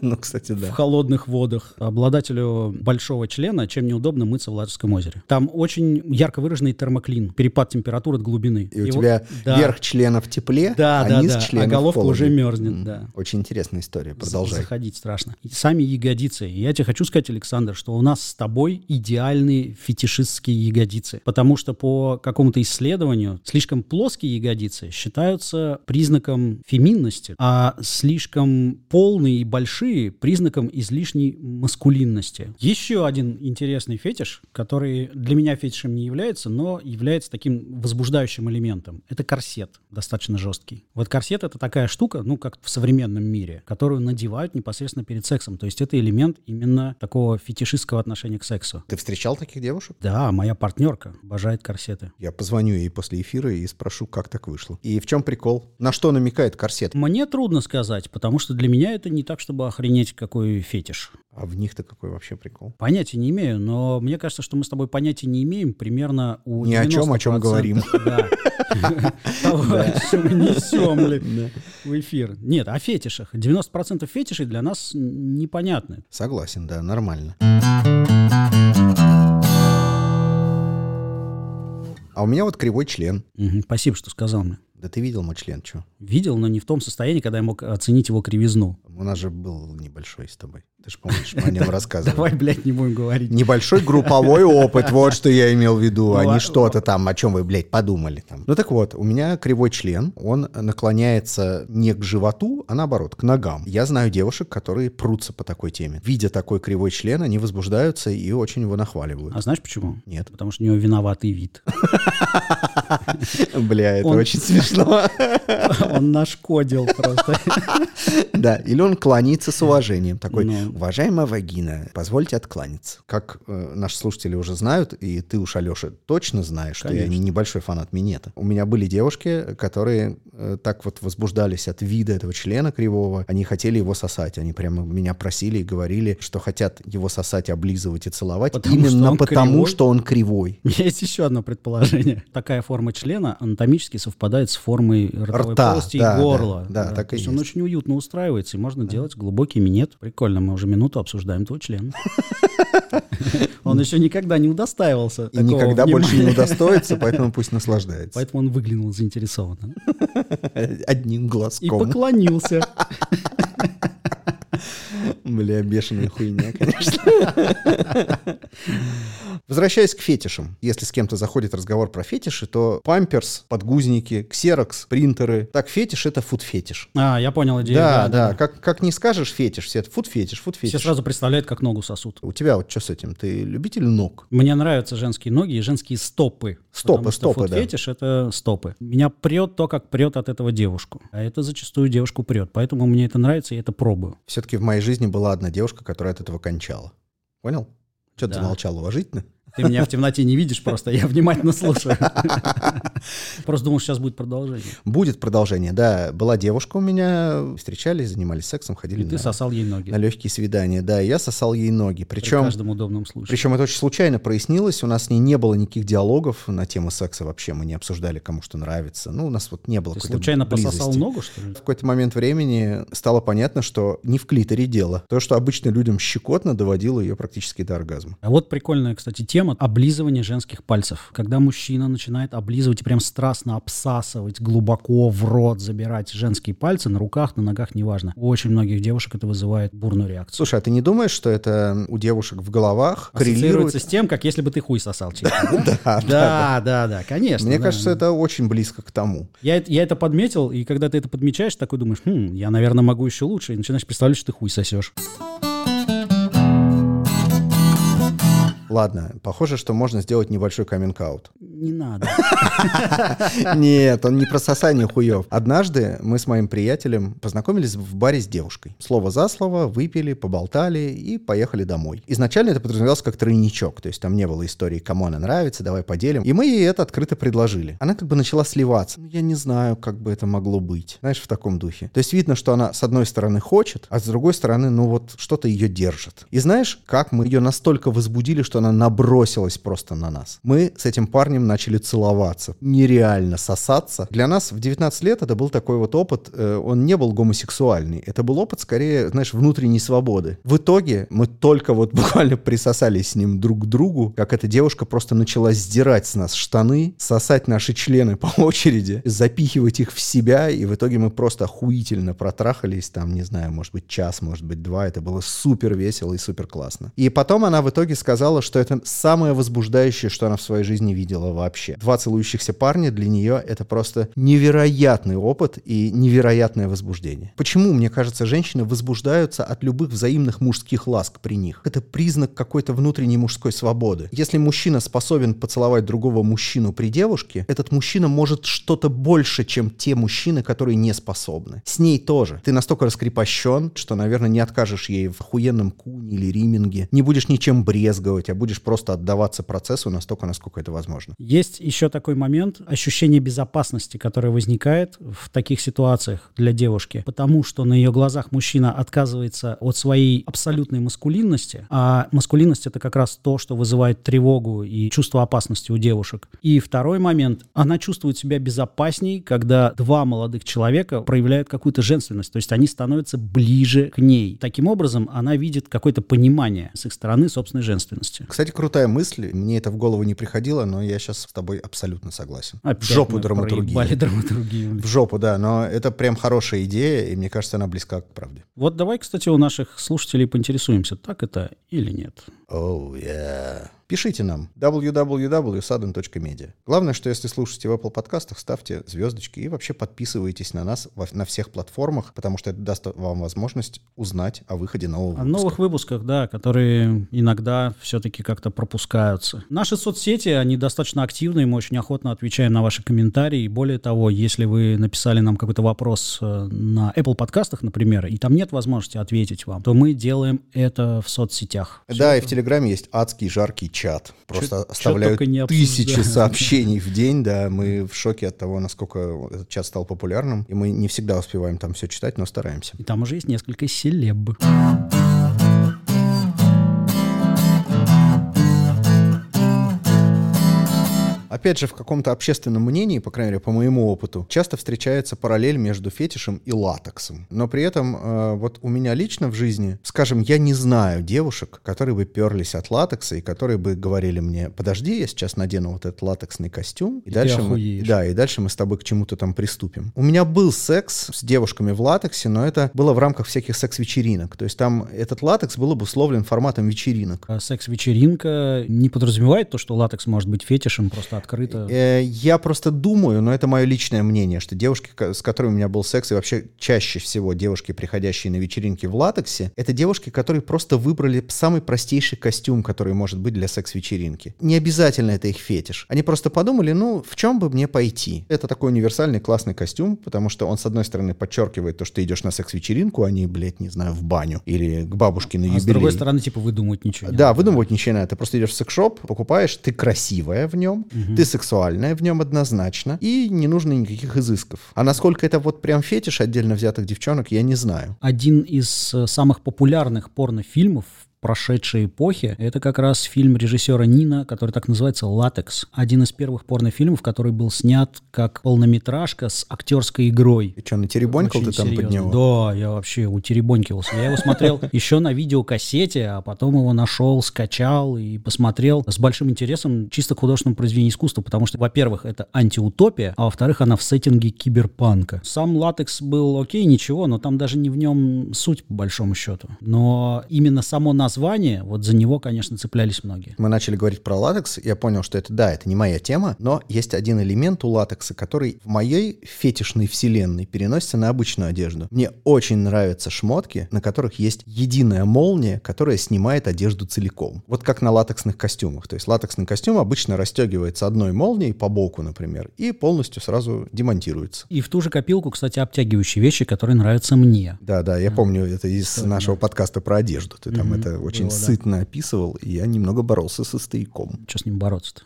[SPEAKER 3] Ну, кстати, да.
[SPEAKER 4] в холодных водах. Обладателю большого члена чем неудобно мыться в Ладожском озере. Там очень ярко выраженный термоклин, перепад температур от глубины.
[SPEAKER 3] И у
[SPEAKER 4] Его-
[SPEAKER 3] тебя
[SPEAKER 4] Да.
[SPEAKER 3] верх члена в тепле,
[SPEAKER 4] Да,
[SPEAKER 3] а
[SPEAKER 4] да,
[SPEAKER 3] низ
[SPEAKER 4] да.
[SPEAKER 3] члена
[SPEAKER 4] А
[SPEAKER 3] в
[SPEAKER 4] головка
[SPEAKER 3] холоде.
[SPEAKER 4] уже мерзнет,
[SPEAKER 3] М,
[SPEAKER 4] да.
[SPEAKER 3] Очень интересная история.
[SPEAKER 4] За-
[SPEAKER 3] Продолжай.
[SPEAKER 4] Заходить страшно. И сами ягодицы. Я тебе хочу сказать, Александр, что у нас с тобой идеальные фетишистские ягодицы. Потому что по какому-то исследованию слишком плоские ягодицы считаются признаком феминности, а слишком полные и большие признаком излишней маскулинности. Еще один интересный фетиш, который для меня фетишем не является, но является таким возбуждающим элементом. Это корсет, достаточно жесткий. Вот корсет это такая штука, ну как в современном мире, которую надевают непосредственно перед сексом. То есть это элемент именно такого фетишистского отношения к сексу.
[SPEAKER 3] Ты встречал таких девушек?
[SPEAKER 4] Да, моя партнерка обожает корсеты.
[SPEAKER 3] Я позвоню ей после эфира и спрошу, как так вышло. И в чем прикол? На что намекает корсет?
[SPEAKER 4] Мне трудно сказать, потому что для меня это не так, чтобы охренеть какой фетиш.
[SPEAKER 3] А А в них-то какой вообще прикол?
[SPEAKER 4] Понятия не имею, но мне кажется, что мы с тобой понятия не имеем примерно у
[SPEAKER 3] Ни о чем, о чем
[SPEAKER 4] 90%
[SPEAKER 3] говорим.
[SPEAKER 4] [LAUGHS] да. Того, что мы несем ли в эфир. Нет, о фетишах. 90% фетишей для нас непонятны.
[SPEAKER 3] Согласен, да, нормально. А у меня вот кривой член.
[SPEAKER 4] Мгм, Спасибо, что сказал мне.
[SPEAKER 3] Да ты видел мой член, что?
[SPEAKER 4] Видел, но не в том состоянии, когда я мог оценить его кривизну.
[SPEAKER 3] У нас же был небольшой с тобой. Ты же помнишь, мы о
[SPEAKER 4] [LAUGHS]
[SPEAKER 3] нем рассказывали.
[SPEAKER 4] Давай, блядь, не будем говорить.
[SPEAKER 3] Небольшой групповой опыт, вот что я имел в виду, а
[SPEAKER 4] Ну,
[SPEAKER 3] не
[SPEAKER 4] а-
[SPEAKER 3] что-то там, о чем вы, блядь, подумали там. Ну так вот, у меня кривой член, он наклоняется не к животу, а наоборот, к ногам. Я знаю девушек, которые прутся по такой теме. Видя такой кривой член, они возбуждаются и очень его нахваливают.
[SPEAKER 4] А знаешь почему?
[SPEAKER 3] Нет.
[SPEAKER 4] Потому что у него виноватый вид.
[SPEAKER 3] Бля, это
[SPEAKER 4] Он-
[SPEAKER 3] очень смешно.
[SPEAKER 4] Он нашкодил просто.
[SPEAKER 3] [LAUGHS] Да, или он кланится с уважением. Такой,
[SPEAKER 4] Ну.
[SPEAKER 3] уважаемая вагина, позвольте откланяться. Как э, наши слушатели уже знают, и ты уж, Алеша, точно знаешь, что я
[SPEAKER 4] Конечно.
[SPEAKER 3] небольшой фанат минета. У меня были девушки, которые э, так вот возбуждались от вида этого члена кривого. Они хотели его сосать. Они прямо меня просили и говорили, что хотят его сосать, облизывать и целовать.
[SPEAKER 4] Потому что
[SPEAKER 3] именно
[SPEAKER 4] он
[SPEAKER 3] потому,
[SPEAKER 4] кривой?
[SPEAKER 3] что он кривой.
[SPEAKER 4] У меня [LAUGHS] есть еще одно предположение. Такая форма члена анатомически совпадает с формой ротовой
[SPEAKER 3] Рта,
[SPEAKER 4] полости
[SPEAKER 3] да,
[SPEAKER 4] и горла.
[SPEAKER 3] да, да, так
[SPEAKER 4] То
[SPEAKER 3] и
[SPEAKER 4] есть он
[SPEAKER 3] есть.
[SPEAKER 4] очень уютно устраивается, и можно делать глубокий минет. Прикольно, мы уже минуту обсуждаем твой
[SPEAKER 3] [LAUGHS]
[SPEAKER 4] член. Он еще никогда не удостаивался
[SPEAKER 3] И
[SPEAKER 4] такого
[SPEAKER 3] никогда
[SPEAKER 4] внимания.
[SPEAKER 3] больше не удостоится, поэтому пусть наслаждается.
[SPEAKER 4] [LAUGHS] Поэтому он выглянул заинтересованно.
[SPEAKER 3] Одним
[SPEAKER 4] И
[SPEAKER 3] глазком. [LAUGHS]
[SPEAKER 4] поклонился.
[SPEAKER 3] Бля, бешеная [LAUGHS] хуйня, конечно. Возвращаясь к фетишам. Если с кем-то заходит разговор про фетиши, то памперс, подгузники, ксерокс, принтеры. Так, фетиш — это фуд-фетиш.
[SPEAKER 4] А, я понял идею.
[SPEAKER 3] Да, да, как, как не скажешь фетиш, все это фуд-фетиш,
[SPEAKER 4] Все
[SPEAKER 3] фуд-фетиш.
[SPEAKER 4] сразу представляют, как ногу сосут.
[SPEAKER 3] У тебя вот что с этим? Ты любитель ног?
[SPEAKER 4] Мне нравятся женские ноги и женские стопы.
[SPEAKER 3] Стопы,
[SPEAKER 4] потому что
[SPEAKER 3] стопы, да.
[SPEAKER 4] фуд-фетиш это стопы. Меня прет то, как прет от этого девушку. А это зачастую девушку прет. Поэтому мне это нравится, я это пробую.
[SPEAKER 3] Все-таки в моей жизни была одна девушка, которая от этого кончала. Понял? Что ты
[SPEAKER 4] Да.
[SPEAKER 3] замолчал уважительно?
[SPEAKER 4] Ты меня в темноте не видишь просто, я внимательно слушаю.
[SPEAKER 3] [LAUGHS]
[SPEAKER 4] Просто думал, сейчас будет продолжение.
[SPEAKER 3] Будет продолжение, да. Была девушка у меня, встречались, занимались сексом, ходили
[SPEAKER 4] И ты
[SPEAKER 3] на,
[SPEAKER 4] сосал ей ноги.
[SPEAKER 3] на легкие свидания. Да, и я сосал ей ноги.
[SPEAKER 4] При
[SPEAKER 3] Причем
[SPEAKER 4] каждом удобном случае.
[SPEAKER 3] Причем это очень случайно прояснилось, у нас с ней не было никаких диалогов на тему секса вообще, мы не обсуждали, кому что нравится. Ну, у нас вот не было
[SPEAKER 4] Ты
[SPEAKER 3] какой-то
[SPEAKER 4] случайно пососал
[SPEAKER 3] близости.
[SPEAKER 4] ногу, что ли?
[SPEAKER 3] В какой-то момент времени стало понятно, что не в клиторе дело. То, что обычно людям щекотно, доводило ее практически до оргазма.
[SPEAKER 4] А вот прикольная, кстати, тема облизывания женских пальцев. Когда мужчина начинает облизывать и прям страстно обсасывать, глубоко в рот забирать женские пальцы на руках, на ногах, неважно. У очень многих девушек это вызывает бурную реакцию.
[SPEAKER 3] Слушай, а ты не думаешь, что это у девушек в головах
[SPEAKER 4] Ассоциируется
[SPEAKER 3] коррелирует?
[SPEAKER 4] с
[SPEAKER 3] [LAUGHS]
[SPEAKER 4] тем, как если бы ты хуй сосал честно, Да, да, да, да, конечно.
[SPEAKER 3] Мне
[SPEAKER 4] да,
[SPEAKER 3] кажется,
[SPEAKER 4] да.
[SPEAKER 3] это очень близко к тому.
[SPEAKER 4] Я, это- я это подметил, и когда ты это подмечаешь, такой думаешь, «Хм, я, наверное, могу еще лучше, и начинаешь представлять, что ты хуй сосешь.
[SPEAKER 3] Ладно, похоже, что можно сделать небольшой каминг-аут.
[SPEAKER 4] Не надо.
[SPEAKER 3] [LAUGHS] Нет, он не про сосание хуев. Однажды мы с моим приятелем познакомились в баре с девушкой. Слово за слово, выпили, поболтали и поехали домой. Изначально это подразумевалось как тройничок, то есть там не было истории, кому она нравится, давай поделим. И мы ей это открыто предложили. Она как бы начала сливаться. «Ну, я не знаю, как бы это могло быть. Знаешь, в таком духе. То есть видно, что она с одной стороны хочет, а с другой стороны, ну вот что-то ее держит. И знаешь, как мы ее настолько возбудили, что она набросилась просто на нас. Мы с этим парнем начали целоваться, нереально сосаться. Для нас в 19 лет это был такой вот опыт, э, он не был гомосексуальный, это был опыт скорее, знаешь, внутренней свободы. В итоге мы только вот [LAUGHS] буквально присосались с ним друг к другу, как эта девушка просто начала сдирать с нас штаны, сосать наши члены [LAUGHS] по очереди, запихивать их в себя, и в итоге мы просто охуительно протрахались, там, не знаю, может быть, час, может быть, два, это было супер весело и супер классно. И потом она в итоге сказала, что это самое возбуждающее, что она в своей жизни видела вообще. Два целующихся парня для нее это просто невероятный опыт и невероятное возбуждение. Почему, мне кажется, женщины возбуждаются от любых взаимных мужских ласк при них? Это признак какой-то внутренней мужской свободы. Если мужчина способен поцеловать другого мужчину при девушке, этот мужчина может что-то больше, чем те мужчины, которые не способны. С ней тоже. Ты настолько раскрепощен, что, наверное, не откажешь ей в охуенном куне или риминге. Не будешь ничем брезговать, а будешь просто отдаваться процессу настолько, насколько это возможно.
[SPEAKER 4] Есть еще такой момент, ощущение безопасности, которое возникает в таких ситуациях для девушки, потому что на ее глазах мужчина отказывается от своей абсолютной маскулинности, а маскулинность это как раз то, что вызывает тревогу и чувство опасности у девушек. И второй момент, она чувствует себя безопасней, когда два молодых человека проявляют какую-то женственность, то есть они становятся ближе к ней. Таким образом, она видит какое-то понимание с их стороны собственной женственности.
[SPEAKER 3] Кстати, крутая мысль. Мне это в голову не приходило, но я сейчас с тобой абсолютно согласен.
[SPEAKER 4] Опять
[SPEAKER 3] в жопу
[SPEAKER 4] мы
[SPEAKER 3] драматургии.
[SPEAKER 4] проебали драматургию.
[SPEAKER 3] В жопу, да. Но это прям хорошая идея, и мне кажется, она близка к правде.
[SPEAKER 4] Вот давай, кстати, у наших слушателей поинтересуемся, так это или нет.
[SPEAKER 3] Оу, Пишите нам www.sudden.media. Главное, что если слушаете в Apple подкастах, ставьте звездочки и вообще подписывайтесь на нас во- на всех платформах, потому что это даст вам возможность узнать о выходе нового
[SPEAKER 4] О
[SPEAKER 3] выпуска.
[SPEAKER 4] новых выпусках, да, которые иногда все-таки как-то пропускаются. Наши соцсети, они достаточно активны, и мы очень охотно отвечаем на ваши комментарии. И Более того, если вы написали нам какой-то вопрос э, на Apple подкастах, например, и там нет возможности ответить вам, то мы делаем это в соцсетях.
[SPEAKER 3] Да, и в Телеграме есть адский жаркий чат. Просто оставляют
[SPEAKER 4] только не [LAUGHS]
[SPEAKER 3] тысячи
[SPEAKER 4] обсуждают.
[SPEAKER 3] сообщений в день, да. Мы в шоке от того, насколько этот чат стал популярным. И мы не всегда успеваем там все читать, но стараемся.
[SPEAKER 4] И там уже есть несколько селеб.
[SPEAKER 3] Опять же, в каком-то общественном мнении, по крайней мере, по моему опыту, часто встречается параллель между фетишем и латексом. Но при этом, э, вот у меня лично в жизни, скажем, я не знаю девушек, которые бы перлись от латекса и которые бы говорили мне, подожди, я сейчас надену вот этот латексный костюм, и,
[SPEAKER 4] ты
[SPEAKER 3] дальше мы,
[SPEAKER 4] охуеешь».
[SPEAKER 3] да, и дальше мы с тобой к чему-то там приступим. У меня был секс с девушками в латексе, но это было в рамках всяких секс-вечеринок. То есть там этот латекс был обусловлен форматом вечеринок.
[SPEAKER 4] А Секс-вечеринка не подразумевает то, что латекс может быть фетишем, просто открыто.
[SPEAKER 3] Э, Я просто думаю, но это мое личное мнение, что девушки, ко- с которыми у меня был секс, и вообще чаще всего девушки, приходящие на вечеринки в латексе, это девушки, которые просто выбрали самый простейший костюм, который может быть для секс-вечеринки. Не обязательно это их фетиш. Они просто подумали, ну, в чем бы мне пойти? Это такой универсальный классный костюм, потому что он, с одной стороны, подчеркивает то, что ты идешь на секс-вечеринку, а не, блядь, не знаю, в баню или к бабушке на
[SPEAKER 4] А
[SPEAKER 3] юбилей.
[SPEAKER 4] с другой стороны, типа, выдумывать ничего не
[SPEAKER 3] Да,
[SPEAKER 4] надо.
[SPEAKER 3] выдумывать ничего не надо. Ты просто идешь в секшоп, покупаешь, ты красивая в нем, ты сексуальная в нем однозначно, и не нужно никаких изысков. А насколько это вот прям фетиш отдельно взятых девчонок, я не знаю.
[SPEAKER 4] Один из э, самых популярных порнофильмов прошедшей эпохи, это как раз фильм режиссера Нина, который так называется «Латекс». Один из первых порнофильмов, который был снят как полнометражка с актерской игрой.
[SPEAKER 3] И что, на теребонькал ты
[SPEAKER 4] Очень
[SPEAKER 3] там под
[SPEAKER 4] серьезно.
[SPEAKER 3] него?
[SPEAKER 4] Да, я вообще утеребонькивался. Я его смотрел [LAUGHS] еще на видеокассете, а потом его нашел, скачал и посмотрел с большим интересом чисто к художественному произведению искусства, потому что, во-первых, это антиутопия, а во-вторых, она в сеттинге киберпанка. Сам латекс был окей, ничего, но там даже не в нем суть, по большому счету. Но именно само название, вот за него, конечно, цеплялись многие.
[SPEAKER 3] Мы начали говорить про латекс, я понял, что это, да, это не моя тема, но есть один элемент у латекса, который в моей фетишной вселенной переносится на обычную одежду. Мне очень нравятся шмотки, на которых есть единая молния, которая снимает одежду целиком. Вот как на латексных костюмах. То есть латексный костюм обычно расстегивается одной молнией по боку, например, и полностью сразу демонтируется.
[SPEAKER 4] И в ту же копилку, кстати, обтягивающие вещи, которые нравятся мне.
[SPEAKER 3] Да, да, я помню, это из
[SPEAKER 4] Что,
[SPEAKER 3] нашего подкаста про одежду. Ты там
[SPEAKER 4] Мгм,
[SPEAKER 3] это очень
[SPEAKER 4] было, да.
[SPEAKER 3] сытно описывал, и я немного боролся со стояком.
[SPEAKER 4] Что с ним бороться-то?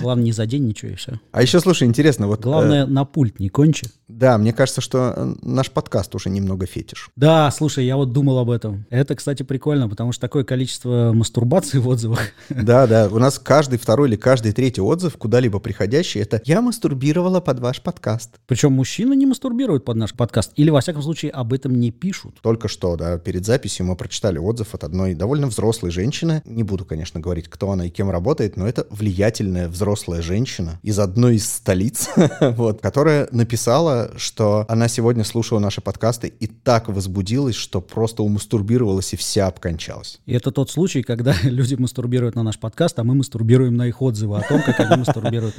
[SPEAKER 4] Главное, не задень ничего и все.
[SPEAKER 3] А еще, слушай, интересно, вот... э,
[SPEAKER 4] Главное, на пульт не кончи.
[SPEAKER 3] Да, мне кажется, что э, наш подкаст уже немного фетиш. [LAUGHS]
[SPEAKER 4] Да, слушай, я вот думал об этом. Это, кстати, прикольно, потому что такое количество мастурбаций в отзывах.
[SPEAKER 3] Да, да, у нас каждый второй или каждый третий отзыв, куда-либо приходящий, это «Я мастурбировала под ваш подкаст».
[SPEAKER 4] Причем мужчины не мастурбируют под наш подкаст. Или, во всяком случае, об этом не пишут.
[SPEAKER 3] Только что, да, перед записью мы прочитали отзыв от одной довольно взрослой женщины. Не буду, конечно, говорить, кто она и кем работает, но это влиятельная взрослая женщина из одной из столиц, [LAUGHS] вот, которая написала, что она сегодня слушала наши подкасты и так возбудилась, что просто умастурбировалась и вся обкончалась.
[SPEAKER 4] И это тот случай, когда [LAUGHS] люди мастурбируют на наш подкаст, а мы мастурбируем на их отзывы о том, как они мастурбируют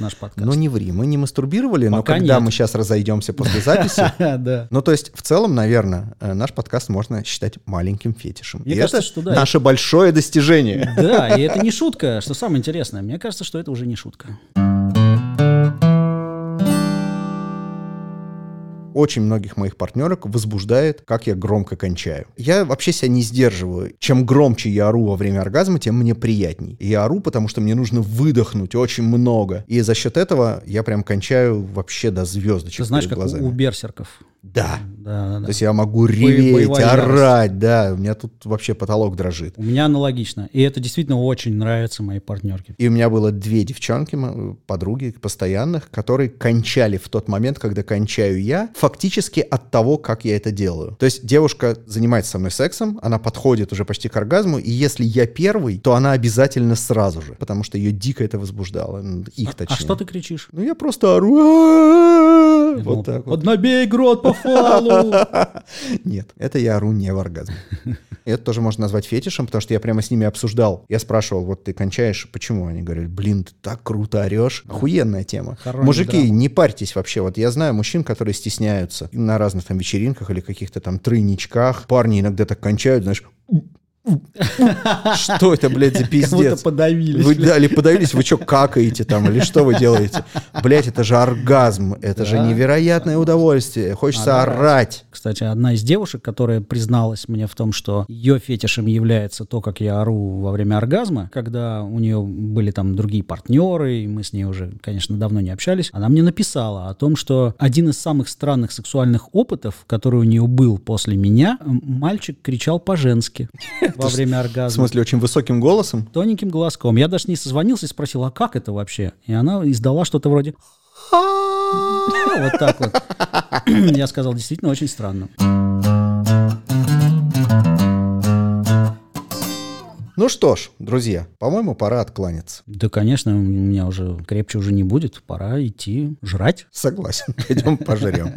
[SPEAKER 3] [LAUGHS]
[SPEAKER 4] наш подкаст. [LAUGHS]
[SPEAKER 3] Ну не ври, мы не мастурбировали, но
[SPEAKER 4] Пока
[SPEAKER 3] когда
[SPEAKER 4] нет.
[SPEAKER 3] мы сейчас разойдемся после
[SPEAKER 4] [LAUGHS]
[SPEAKER 3] записи...
[SPEAKER 4] Да.
[SPEAKER 3] Ну, то есть, в целом, наверное, э, наш подкаст можно считать маленьким фетишем.
[SPEAKER 4] Мне
[SPEAKER 3] И
[SPEAKER 4] кажется,
[SPEAKER 3] это
[SPEAKER 4] что да.
[SPEAKER 3] наше большое достижение. [LAUGHS]
[SPEAKER 4] Да, и это не шутка, что самое интересное. Мне кажется, что это уже не шутка.
[SPEAKER 3] очень многих моих партнерок возбуждает, как я громко кончаю. Я вообще себя не сдерживаю. Чем громче я ору во время оргазма, тем мне приятней. И я ору, потому что мне нужно выдохнуть очень много. И за счет этого я прям кончаю вообще до звездочек
[SPEAKER 4] Ты знаешь,
[SPEAKER 3] перед
[SPEAKER 4] как
[SPEAKER 3] глазами.
[SPEAKER 4] у, у берсерков.
[SPEAKER 3] Да.
[SPEAKER 4] Да, да, да.
[SPEAKER 3] То есть я могу реветь,
[SPEAKER 4] боевая ярость.
[SPEAKER 3] орать, да. У меня тут вообще потолок дрожит.
[SPEAKER 4] У меня аналогично. И это действительно очень нравится моей партнерке.
[SPEAKER 3] И у меня было две девчонки, м- подруги постоянных, которые кончали в тот момент, когда кончаю я, фактически от того, как я это делаю. То есть девушка занимается со мной сексом, она подходит уже почти к оргазму, и если я первый, то она обязательно сразу же, потому что ее дико это возбуждало. Ну, Их точнее.
[SPEAKER 4] А что ты кричишь?
[SPEAKER 3] Ну я просто ору.
[SPEAKER 4] Я думал,
[SPEAKER 3] Вот так вот.
[SPEAKER 4] «Вот набей грот
[SPEAKER 3] [LAUGHS]
[SPEAKER 4] по фалу.
[SPEAKER 3] Нет, это я ору не в оргазме. И Это тоже можно назвать фетишем, потому что я прямо с ними обсуждал. Я спрашивал, вот ты кончаешь, почему? Они говорили, блин, ты так круто орешь. Охуенная тема.
[SPEAKER 4] Хоронит
[SPEAKER 3] Мужики,
[SPEAKER 4] драму.
[SPEAKER 3] не парьтесь вообще. Вот я знаю мужчин, которые стесняются на разных там вечеринках или каких-то там тройничках. Парни иногда так кончают, знаешь... Что это, блядь, за
[SPEAKER 4] Как будто
[SPEAKER 3] пиздец?
[SPEAKER 4] подавились.
[SPEAKER 3] Вы да, или подавились, вы что, какаете там, или что вы делаете? Блять, это же оргазм, это же
[SPEAKER 4] Да.
[SPEAKER 3] невероятное удовольствие. Хочется
[SPEAKER 4] Надо орать.
[SPEAKER 3] орать.
[SPEAKER 4] Кстати, одна из девушек, которая призналась мне в том, что ее фетишем является то, как я ору во время оргазма, когда у нее были там другие партнеры, и мы с ней уже, конечно, давно не общались, она мне написала о том, что один из самых странных сексуальных опытов, который у нее был после меня, м, мальчик кричал [LAUGHS] по-женски во время
[SPEAKER 3] В
[SPEAKER 4] оргазма.
[SPEAKER 3] смысле, очень высоким голосом?
[SPEAKER 4] Тоненьким глазком. Я даже с ней созвонился и спросил, а как это вообще? И она издала что-то вроде Ну, вот так вот. [CLEARS THROAT] Я сказал, действительно очень странно.
[SPEAKER 3] Ну что ж, друзья, по-моему, пора откланяться.
[SPEAKER 4] Да, конечно, у меня уже крепче уже не будет. Пора идти жрать.
[SPEAKER 3] Согласен, пойдем пожрем.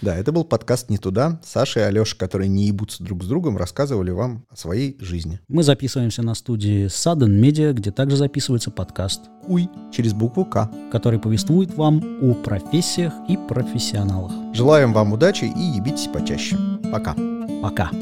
[SPEAKER 3] Да, это был подкаст «Не туда». Саша и Алеша, которые не ебутся друг с другом, рассказывали вам о своей жизни.
[SPEAKER 4] Мы записываемся на студии Sudden Media, где также записывается подкаст,
[SPEAKER 3] Уй, через букву «К».
[SPEAKER 4] который повествует вам о профессиях и профессионалах.
[SPEAKER 3] Желаем вам удачи и ебитесь почаще. Пока.
[SPEAKER 4] Пока.